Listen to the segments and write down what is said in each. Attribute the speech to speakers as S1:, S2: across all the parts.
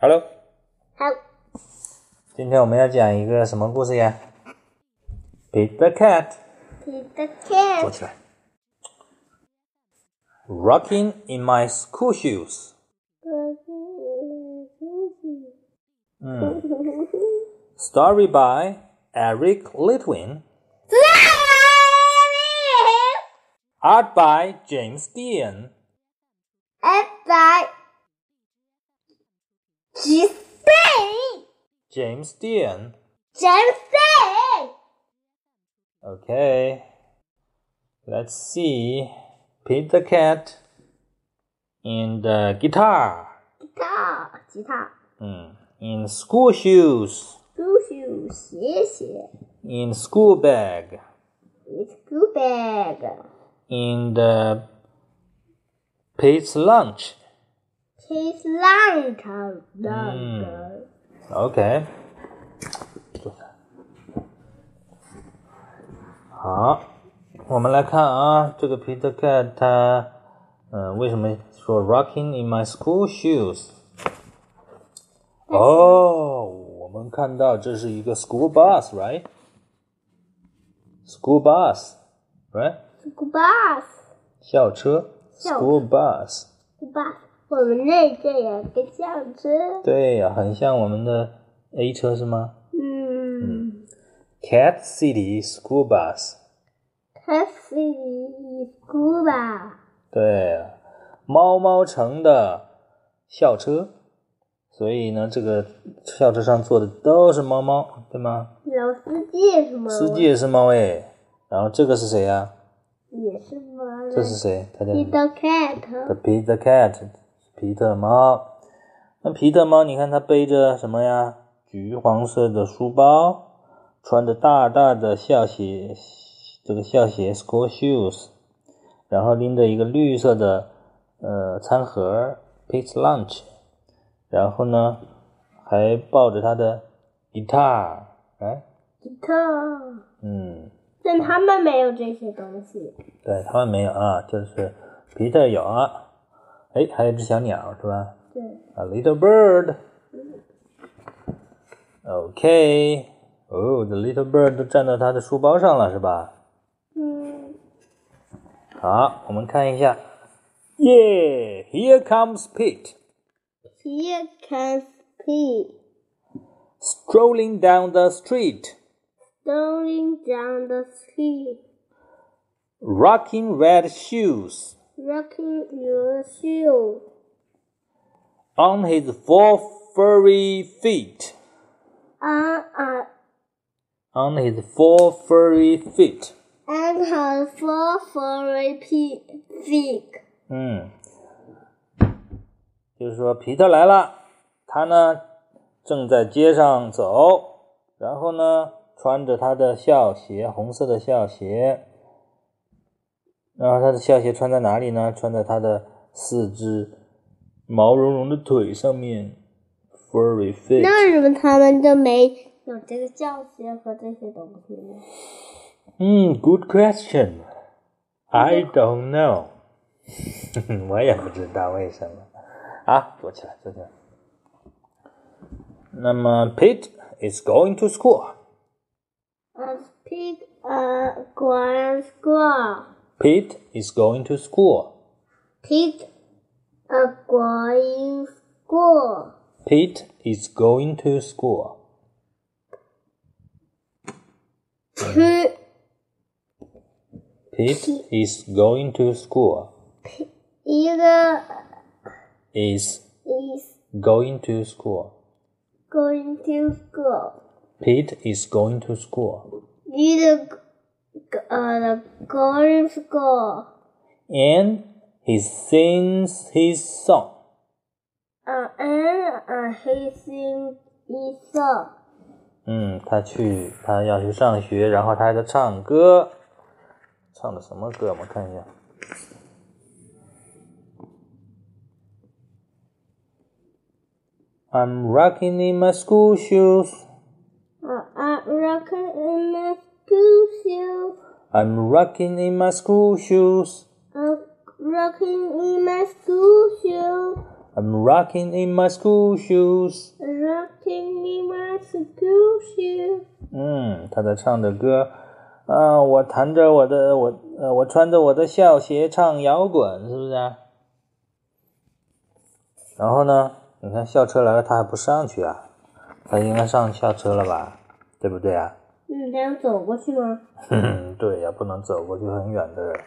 S1: Hello，
S2: 好，
S1: 今天我们要讲一个什么故事呀？Peter Cat，
S2: 你的
S1: 坐
S2: cat
S1: 起来。Rocking in my school shoes，嗯，Story by Eric Litwin。Art by James Dean. James Dean. Okay. Let's see. Peter Cat in the guitar.
S2: 吉他，吉他，
S1: 嗯 In school shoes.
S2: 布鞋，鞋鞋
S1: In school bag.
S2: ，it's good bag。
S1: In the pig's lunch.
S2: His light of the
S1: OK，坐下。好，我们来看啊，这个 Peter Cat 他，嗯、为什么说 rocking in my school shoes？哦，我们看到这是一个 school bus，right？School bus，right？
S2: school bus。
S1: 校车
S2: 校车
S1: ，school bus。
S2: school bus，我们那这有个校车。
S1: 对呀、很像我们的 A 车是吗
S2: 嗯
S1: ？Cat City School Bus。
S2: 它是一 school bus。
S1: 对，猫猫城的校车，所以呢，这个校车上坐的都是猫猫，对吗？
S2: 老司机是吗？
S1: 司机也是猫哎。然后这个是谁呀、
S2: 也是吗？
S1: 这是谁？他叫什么
S2: Peter Cat，
S1: 皮特 cat，皮特猫。那皮特猫，你看它背着什么呀？橘黄色的书包，穿着大大的校鞋，这个校鞋 school shoes，然后拎着一个绿色的呃餐盒 pig's lunch，然后呢还抱着它的 guitar，哎，
S2: 吉特。
S1: 嗯，
S2: 但他们没有这些东西。
S1: 对他们没有啊，就是皮特有啊，哎，还有一只小鸟是吧？
S2: 对，
S1: A little bird. Okay. 哦、t h e little bird 都站到他的书包上了，是吧？
S2: 嗯，
S1: 好，我们看一下。Yeah, here comes Pete,
S2: Here comes Pete
S1: strolling down the street,
S2: strolling down the street,
S1: rocking red shoes.
S2: rocking your shoe.
S1: On his four furry feet.
S2: 啊啊
S1: On his four furry feet.
S2: and her four furry pe- feet.
S1: 嗯，就是说皮特来了，他呢正在街上走，然后呢穿着他的校鞋，红色的校鞋，然后他的校鞋穿在哪里呢？穿在他的四只毛茸茸的腿上面，furry feet。
S2: 那为什么他们就没有这个教学和这些东西呢？
S1: 嗯，good Hmm, question。I don't know 。 我也不知道为什么。啊，坐起来，坐起来。那么，Pete uh, is going to school.
S2: A pig, a grand squirrel.
S1: Pete is going to school.
S2: Pig, a going school.
S1: Pete is going to school.
S2: Two
S1: Pete is going to school.
S2: either
S1: Is
S2: is
S1: going to school.
S2: going to school.
S1: Pete is going to school.
S2: Either g- uh, going to school.
S1: And he sings his song.
S2: Uh, and uh, he sings his song.
S1: 嗯，他去，他要去上学，然后他还在唱歌，唱的什么歌？我们看一下。I'm rocking in my school shoes.
S2: Uh, I'm rocking in my school shoes.
S1: I'm rocking in my school shoes.
S2: Uh, I'm rocking in my school shoes.
S1: I'm I'm rocking in my school shoes。
S2: Rocking in my school shoes.
S1: 嗯，他在唱着歌，啊，我弹着我的我呃，我穿着我的校鞋唱摇滚，是不是、啊？然后呢，你看校车来了，他还不上去啊？他应该上校车了吧？对不对啊？
S2: 嗯，这样走过去吗？
S1: 嗯，对呀、不能走过去很远的人。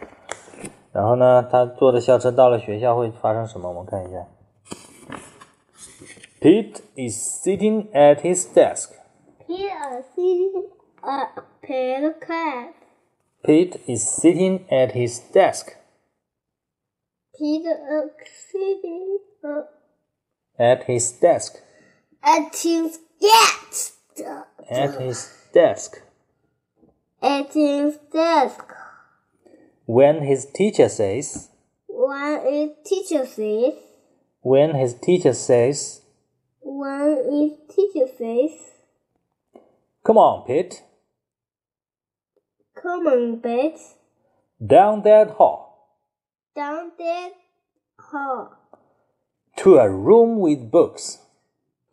S1: 然后呢，他坐的校车到了学校会发生什么？我们看一下。Pete is sitting at his desk.
S2: Here sitting a pale cat.
S1: Pete is sitting at his desk.
S2: Peter is sitting uh,
S1: At his desk.
S2: at his desk.
S1: At his desk.
S2: At his desk.
S1: When his teacher says.
S2: One is teacher says.
S1: When his teacher says,
S2: One is teacher says.
S1: "Come on, Pete,
S2: Come on, bed.
S1: down that hall
S2: Down that hall.
S1: to a room with books."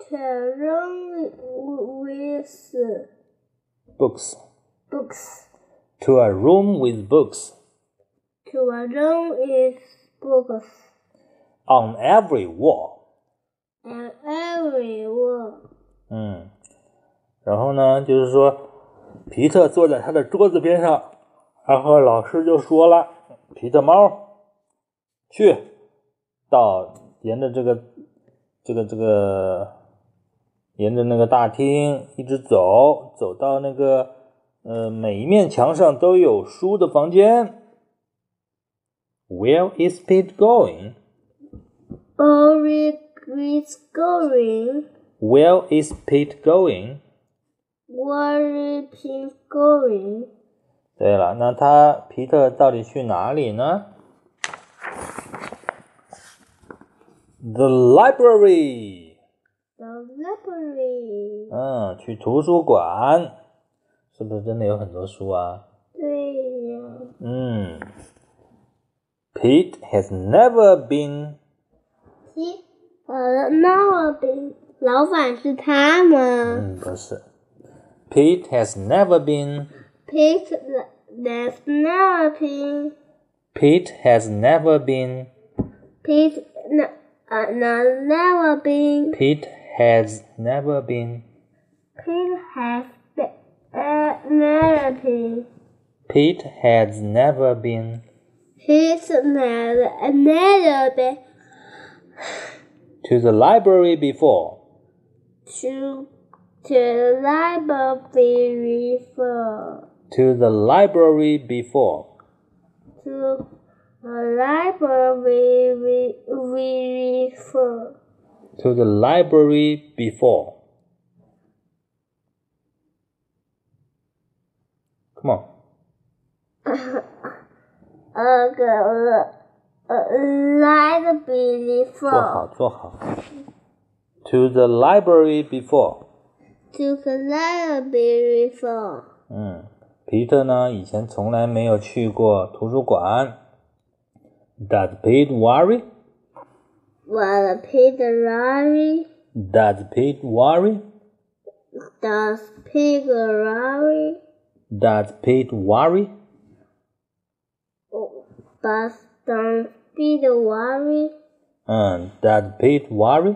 S2: To a room with
S1: Books.
S2: books.
S1: To a room with books.
S2: To a room is books.
S1: On every wall.
S2: And every wall.
S1: 嗯，然后呢，就是说，皮特坐在他的桌子边上，然后老师就说了，皮特猫，去到沿着这个这个这个，沿着那个大厅一直走，走到那个呃每一面墙上都有书的房间。Where is Pete going?
S2: Boring is going.
S1: Where is Pete going?
S2: Worry is going.
S1: 对了，那他皮特到底去哪里呢？The library，
S2: The library.
S1: 嗯，去图书馆，是不是真的有很多书啊？
S2: 对呀。
S1: 嗯，Pete has never been，
S2: 咦，呃，那边老板是他吗
S1: 嗯，不是，Pete has never been，Pete
S2: ？Pick the the snapping.
S1: has never been，Pete
S2: Pick the 呃 the uh, never been.
S1: has never been，Pete
S2: Pick has the uh
S1: has never
S2: never been.
S1: been
S2: Pick the never been
S1: to the library before。
S2: to to the library for
S1: to the library before.
S2: to the library we for.
S1: To the library before. Come on.
S2: 呃个呃呃来的比例
S1: 做好，
S2: for
S1: 做好。To the library before.
S2: to the library for
S1: 嗯，皮特呢，以前从来没有去过图书馆。Does Pete worry?
S2: while Peter Lorre
S1: Does Pete worry?
S2: does Pig Lorre
S1: Does Pete worry?
S2: but don't Peter Lorre
S1: 嗯，Does Hmm. Pete worry?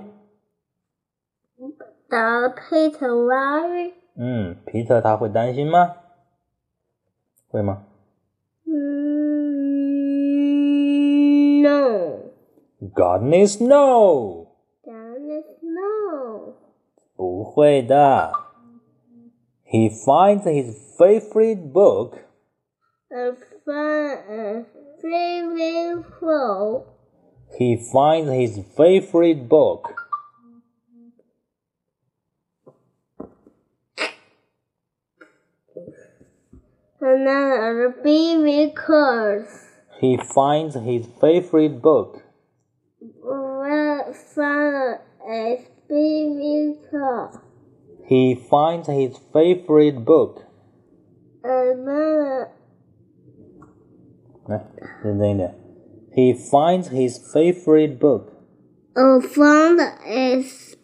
S2: does Peter Lorre
S1: 嗯，皮特他会担心吗？会吗？
S2: 嗯 no
S1: Goodness no，
S2: that is no
S1: 不会的。He finds his favorite book
S2: a fun a favorite for
S1: He finds his favorite book.
S2: another baby curse.
S1: He finds his favorite book.
S2: Well, from a baby car,
S1: He finds his favorite book.
S2: 呃，那
S1: 来，认真一点。He finds his favorite book.
S2: A font is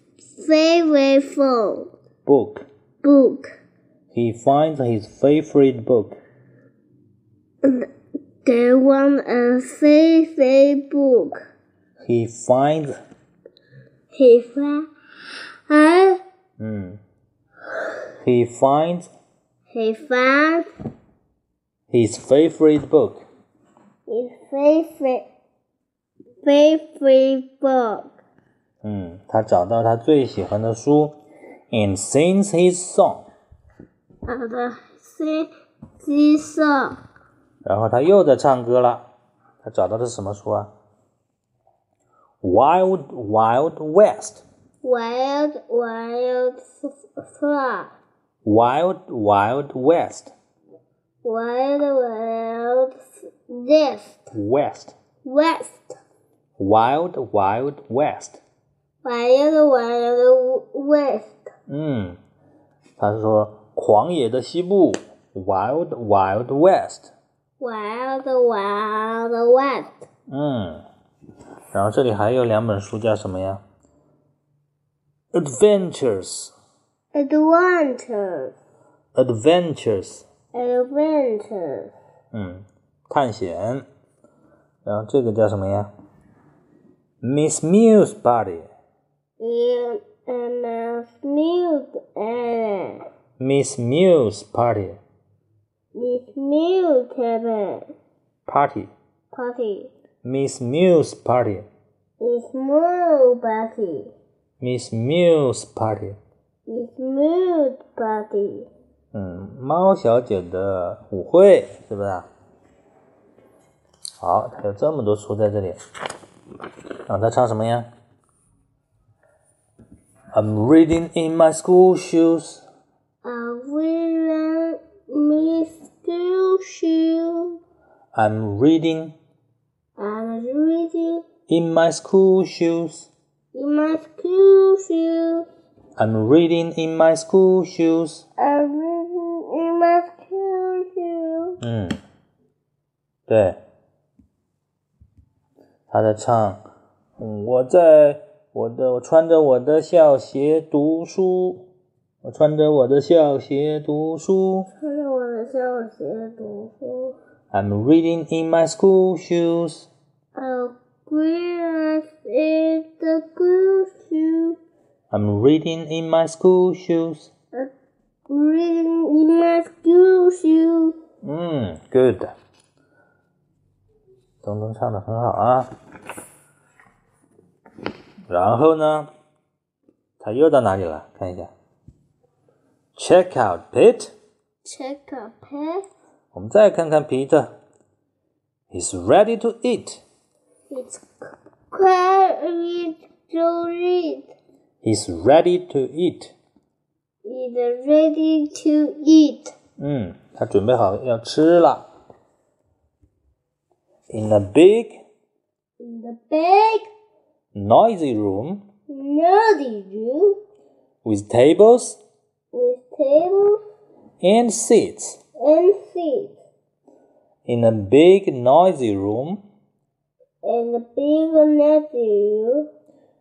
S2: favorite phone
S1: Book.
S2: book.
S1: He finds his favorite book.
S2: They want a favorite book.
S1: He finds.
S2: He found I
S1: Hmm. He finds
S2: he found
S1: his favorite book.
S2: his favorite favorite book.
S1: 嗯，他找到他最喜欢的书，and sings his song。
S2: And the sing this song.
S1: 然后他又在唱歌了。他找到的是什么书啊？Wild Wild West。
S2: Wild, wild frog.
S1: Wild Wild West
S2: Wild, wild this
S1: West
S2: west.
S1: Wild Wild West。
S2: Wild, wild west.
S1: 嗯，他说狂野的西部，Wild Wild West。
S2: Wild, wild west.
S1: 嗯，然后这里还有两本书叫什么呀？Adventures
S2: Adventure,
S1: Adventures。
S2: adventure.
S1: 嗯，探险。然后这个叫什么呀？Miss Muse Party。
S2: In a smooth island.
S1: Miss Muse Party
S2: This new cabin
S1: Party
S2: party.
S1: Miss Muse Party
S2: This new party.
S1: Miss Muse Party。
S2: This new party.
S1: 嗯，猫小姐的舞会是不是啊？好，它有这么多书在这里。啊，它唱什么呀？I'm reading in my school shoes.
S2: A villain Miss Shoe.
S1: I'm reading
S2: I'm reading
S1: in my school shoes.
S2: in my school shoe.
S1: I'm reading in my school shoes.
S2: I'm reading in my school shoe.
S1: 嗯，对，他在唱，嗯，我在我的我穿着我的校鞋读书，我穿着我的校鞋读书。
S2: 穿着我的校鞋读书。
S1: I'm reading in my school shoes.
S2: A villain in the school shoe.
S1: I'm reading in my school shoes.
S2: A reading in my school shoe.
S1: 嗯，good。东东唱的很好啊。然后呢，他又到哪里了？看一下。Check out Pete。
S2: Check a pet.
S1: 我们再看看皮特。He's ready to eat.
S2: It's quite to read.
S1: He's ready to eat.
S2: It's ready to eat.
S1: 嗯，他准备好要吃了。In a big,
S2: In the big,
S1: noisy room
S2: nerdy room
S1: with tables
S2: with tables
S1: and seats.
S2: and seats.
S1: In a big, noisy room
S2: And the big nerdy room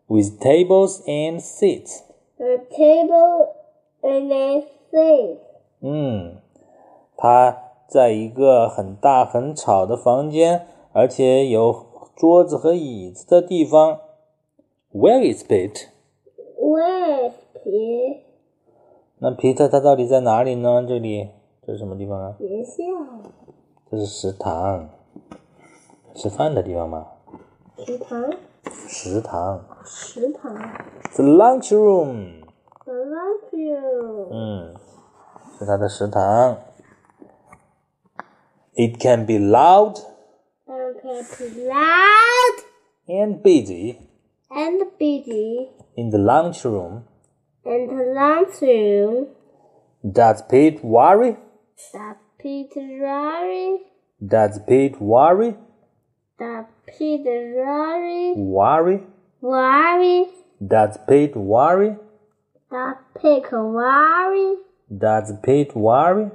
S1: with tables and seats.
S2: a table and a seat.
S1: 嗯，他在一个很大很吵的房间，而且有桌子和椅子的地方。Where is Pete？
S2: Where's Pete?
S1: 那皮特他到底在哪里呢？这里这是什么地方啊？
S2: 学校
S1: 这是食堂，吃饭的地方吗？
S2: 食堂
S1: 食堂
S2: 食堂
S1: ，the lunch room。
S2: The lunch room.
S1: 嗯，是他的食堂。It can be loud
S2: Okay, be loud
S1: and busy
S2: and busy
S1: in the lunch room.
S2: and the lunch room.
S1: Does Pete worry?
S2: The Peter Rory,
S1: Does Pete worry?
S2: the Peter Rory,
S1: Worry?
S2: Rory,
S1: Does Pete worry?
S2: the Pig Rory,
S1: Does Pete worry?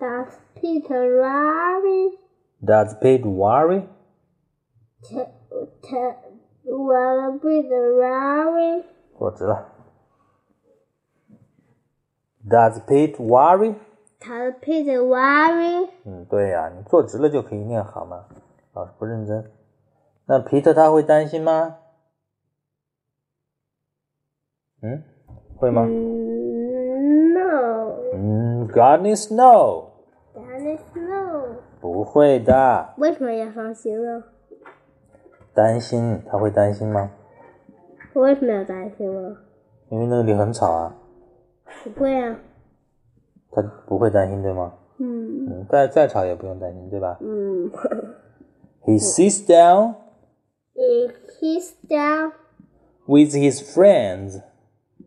S2: the Peter Rory,
S1: Does Pete worry?
S2: t- t- wanna be the rabbit?
S1: 坐直了。Does Pete worry？
S2: 他配的 worry
S1: 嗯，对呀、你坐直了就可以念好嘛。老师不认真。那皮特他会担心吗？嗯，会吗？
S2: 嗯，no.
S1: 嗯，Goodness no，
S2: That is no.
S1: 不会的。
S2: 为什么要伤心呢？
S1: 担心，他会担心吗？
S2: 我为什么要担心呢？
S1: 因为那里很吵啊，
S2: 不会啊。
S1: 他不会担心对吗？
S2: 嗯
S1: 嗯，再再吵也不用担心对吧
S2: 嗯。
S1: ？He sits down
S2: It is down
S1: with his friends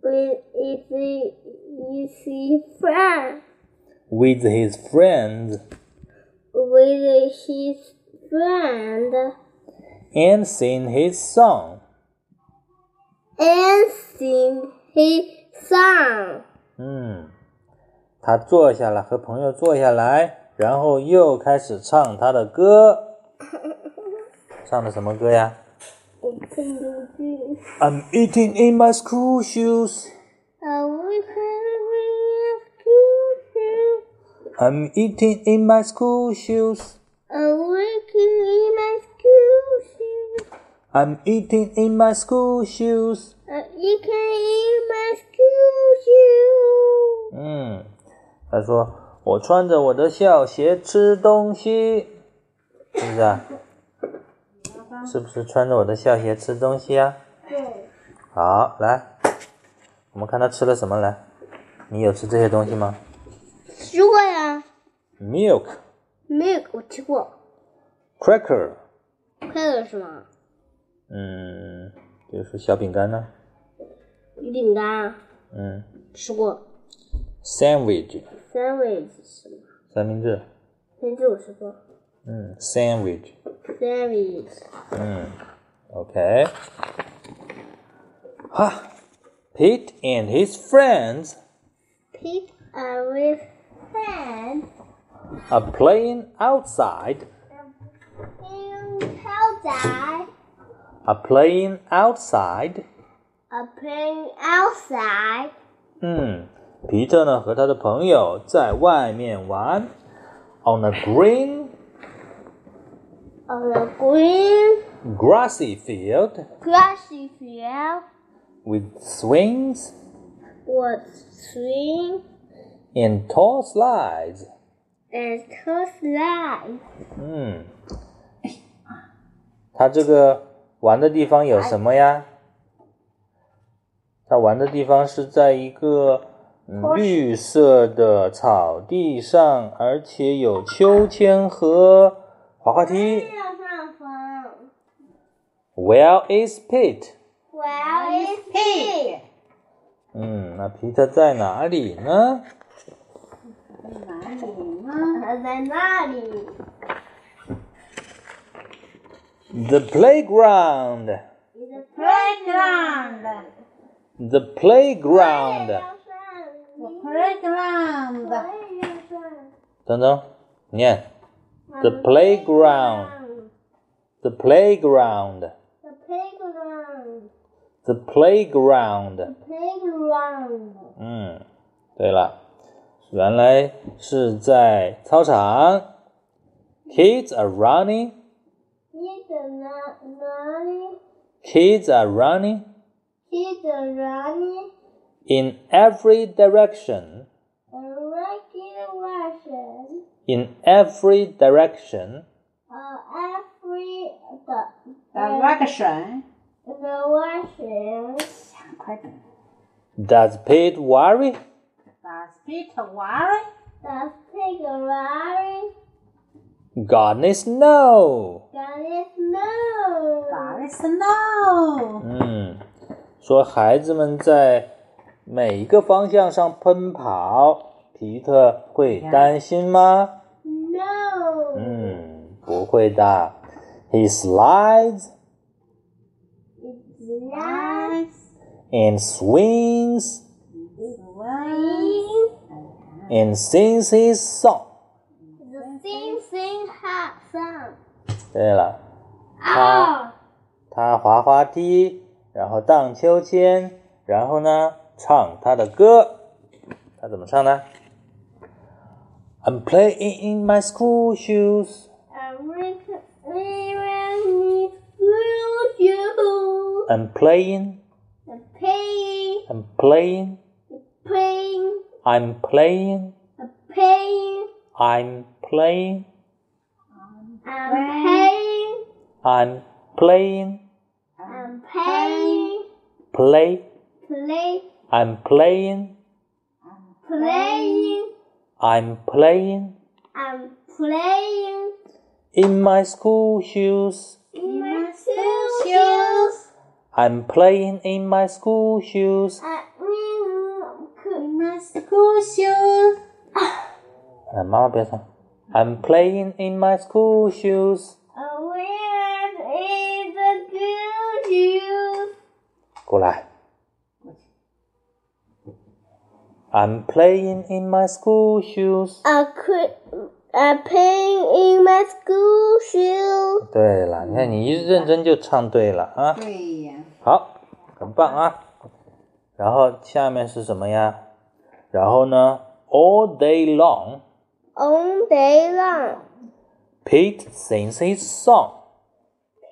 S2: with its easy friend
S1: with his friends
S2: with his friend
S1: and sing his song。
S2: and sing his song.
S1: 嗯，他坐下了，和朋友坐下来，然后又开始唱他的歌。唱的什么歌呀
S2: It can do this.
S1: ？I'm eating in my school shoes.
S2: I wish I was you.
S1: I'm eating in my school shoes.
S2: I wish in my school shoes.
S1: I'm eating in my school shoes.
S2: Uh, you can eat my school shoe.
S1: 嗯，他说我穿着我的校鞋吃东西，是不是啊？是不是穿着我的校鞋吃东西啊？好，来，我们看他吃了什么来。你有吃这些东西吗
S2: 吃过呀
S1: ？Milk,
S2: ，milk 我吃过，
S1: cracker，
S2: 快乐是吗？
S1: 嗯，比如说小饼干呢，
S2: 饼干
S1: 嗯
S2: 吃过
S1: ，sandwich，
S2: ，sandwich 吃过，
S1: 三明治，
S2: 甚至我吃过
S1: 嗯，sandwich，
S2: sandwich。
S1: 嗯，OK。哈，Pete and his friends
S2: Pig are with hands
S1: are playing outside.
S2: in outside
S1: Are playing outside.
S2: are playing outside.
S1: 嗯，皮特 Hmm. 呢和他的朋友在外面玩。On a green,
S2: On a green
S1: grassy field
S2: grassy field
S1: with swings
S2: was swing
S1: and tall slides.
S2: and two slides.
S1: 嗯，啊他这个玩的地方有什么呀？他玩的地方是在一个嗯绿色的草地上，而且有秋千和滑滑梯。
S2: 要上风。
S1: Where is Pete？
S2: Well, it's pig.
S1: 嗯，那皮特在哪里呢？
S2: 它在那里。
S1: The playground.
S2: The playground.
S1: The playground. 等等，念 The playground. The playground.
S2: The playground.
S1: The playground.
S2: Playground.
S1: 嗯，对了，原来是在操场。Kids are running.
S2: He's a running.
S1: Kids are running
S2: He's a running.
S1: in every direction.
S2: A regular version.
S1: In every direction.
S2: Uh, every the
S3: direction，
S2: the version.
S3: 想快点。
S1: Does Pete worry?
S3: Does Peter worry?
S2: The pig running.
S1: Goodness no.
S2: Got it snow.
S3: Does no?
S1: 嗯，Hmm. 说孩子们在每一个方向上奔跑，皮特会担心吗？
S2: No.
S1: 嗯，Mm, 不会的。He slides
S2: It's not
S1: and swings
S3: Swing
S2: sing.
S1: and sings his song.
S2: The sing sing hot song.
S1: 对了，
S2: Oh.
S1: 他他滑滑梯，然后荡秋千，然后呢唱他的歌。他怎么唱呢？I'm playing in my school shoes. I'm playing.
S2: Playing,
S1: I'm playing.
S2: playing,
S1: I'm playing.
S2: playing,
S1: I'm playing.
S2: I'm playing,
S1: I'm playing.
S2: I'm playing,
S1: Play.
S2: play,
S1: I'm playing.
S2: playing,
S1: I'm playing.
S2: I'm playing
S1: In my school shoes.
S2: in my shoes.
S1: I'm playing in my school shoes.
S2: I mean,
S3: my school shoes.
S1: 啊，妈妈不要唱。I'm playing in my school shoes.
S2: where is the good shoes?
S1: 过来。I'm playing in my school shoes.
S2: I could, I playing in my school shoes.
S1: 对了，你看你一认真就唱对了啊。
S3: 对呀，
S1: 好，很棒啊。然后下面是什么呀？然后呢？All day long,
S2: All day long,
S1: Pete sings his song.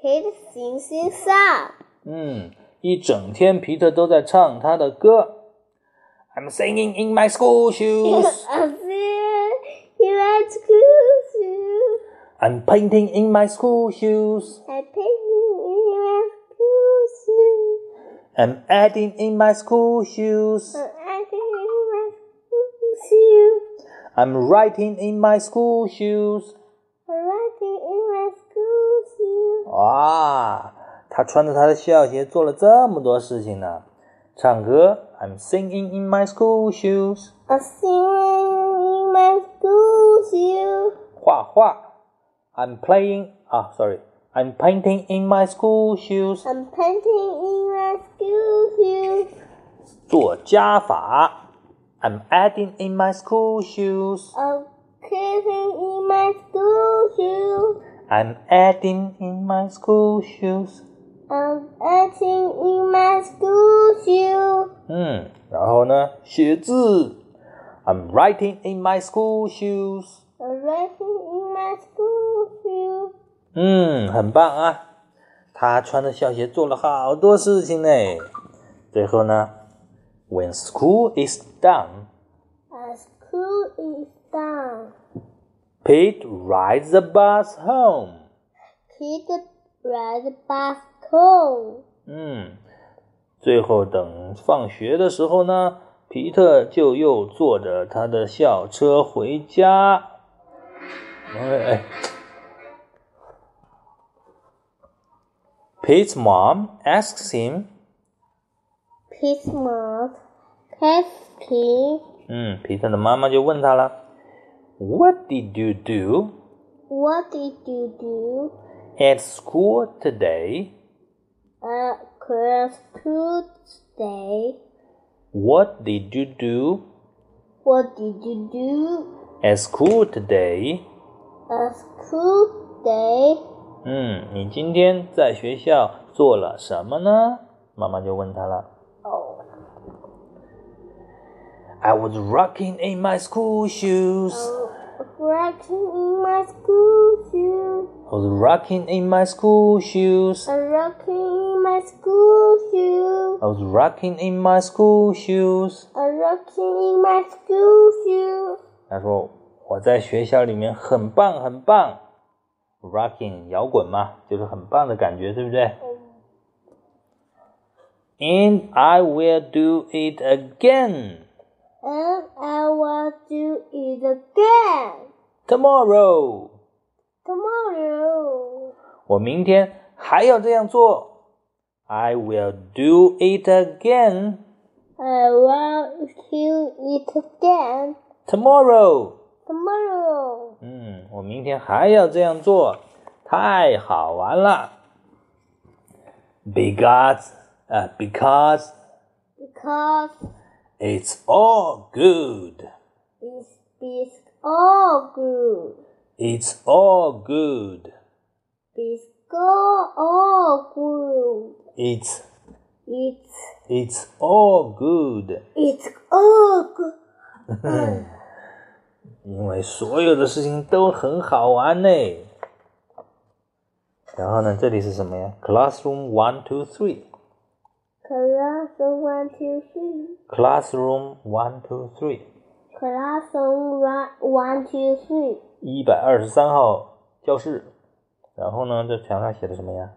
S2: Pete sings his song.
S1: 嗯，一整天皮特都在唱他的歌。I'm singing in my school shoes.
S2: I see in my school shoes.
S1: I'm painting in my school shoes.
S2: I playing in my school shoes.
S1: I'm adding in my school shoes.
S2: I playing in my school shoes.
S1: I'm writing in my school shoes.
S2: I'm writing in my school shoes.
S1: 哇，他穿着他的校鞋做了这么多事情呢。唱歌，I'm singing in my school shoes。
S2: I singing in my school shoes.
S1: 画画，I'm playing 啊，sorry，I'm painting in my school shoes。
S2: I'm painting in my school shoes.
S1: 做加法，I'm adding in my school shoes。
S2: I'm kissing in my school shoes.
S1: I'm adding in my school shoes。
S2: I'm acting in my school shoes.
S1: 嗯，然后呢，写字，I'm writing in my school shoes。
S2: I'm writing in my school shoes.
S1: 嗯，很棒啊！他穿着校鞋做了好多事情呢。最后呢，When school is done,
S2: As school is done,
S1: Pete rides the bus home.
S2: kids ride bus home.
S1: 嗯，最后等放学的时候呢，皮特就又坐着他的校车回家。哎哎。Pete's mom asks him
S2: Pete's mom asked him,
S1: 嗯，皮特的妈妈就问他了：“What did you do
S2: "What did you do
S1: at school today?
S2: at school today?
S1: What did you do
S2: What did you do
S1: at school today?”
S2: at school day?
S1: 嗯，你今天在学校做了什么呢？妈妈就问他了。
S2: Oh,
S1: I was rocking in my school shoes.
S2: working in my school shoes.
S1: I was rocking in my school shoes.
S2: I'm rocking in my school shoes.
S1: I was rocking in my school shoes.
S2: I'm rocking in my school shoes.
S1: 他说我在学校里面很棒很棒，rocking 摇滚嘛，就是很棒的感觉，对不对？And I will do it again
S2: And I will do it again
S1: tomorrow。
S2: tomorrow.
S1: 我明天还要这样做。I will do it again
S2: I will do it again
S1: tomorrow。
S2: tomorrow.
S1: 嗯，我明天还要这样做，太好玩了。Because 啊、b e c a u s e
S2: Because
S1: It's all good.
S2: it's, it's all good.
S1: It's all good.
S2: It's Go all good.
S1: It's
S2: It's
S1: it's all good，
S2: it's all good.
S1: 因为所有的事情都很好玩呢。然后呢，这里是什么呀？Classroom one two three，classroom
S2: Class one
S1: one two
S2: two three.
S1: three，
S2: Class one one two three.
S1: 一百二十三号教室。然后呢，这墙上写的什么呀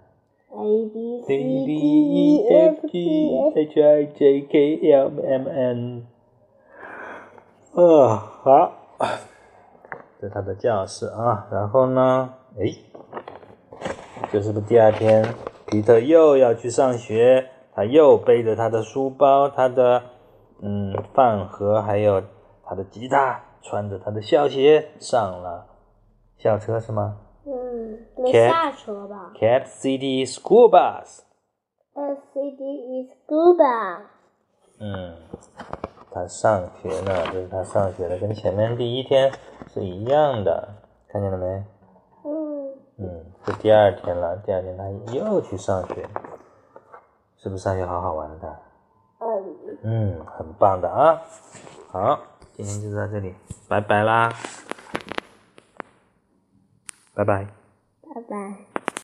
S2: A B
S1: ？C
S2: C
S1: D
S2: D
S1: E
S2: E
S1: F
S2: F
S1: G
S2: G H
S1: H I J K L M N。啊，好，这是他的教室啊。然后呢，诶，这是不是第二天，皮特又要去上学？他又背着他的书包、他的嗯饭盒，还有他的吉他，穿着他的校鞋上了校车是吗
S2: 嗯，没
S1: Cat
S2: 下车吧
S1: ？Cat City School Bus。
S2: ？S C D is good 吧？
S1: 嗯，他上学呢，这是他上学的，跟前面第一天是一样的，看见了没？
S2: 嗯，
S1: 嗯，这第二天了，第二天他又去上学，是不是上学好好玩的他？
S2: 嗯，
S1: 嗯，很棒的啊！好，今天就到这里，拜拜啦，拜拜。
S2: 拜拜。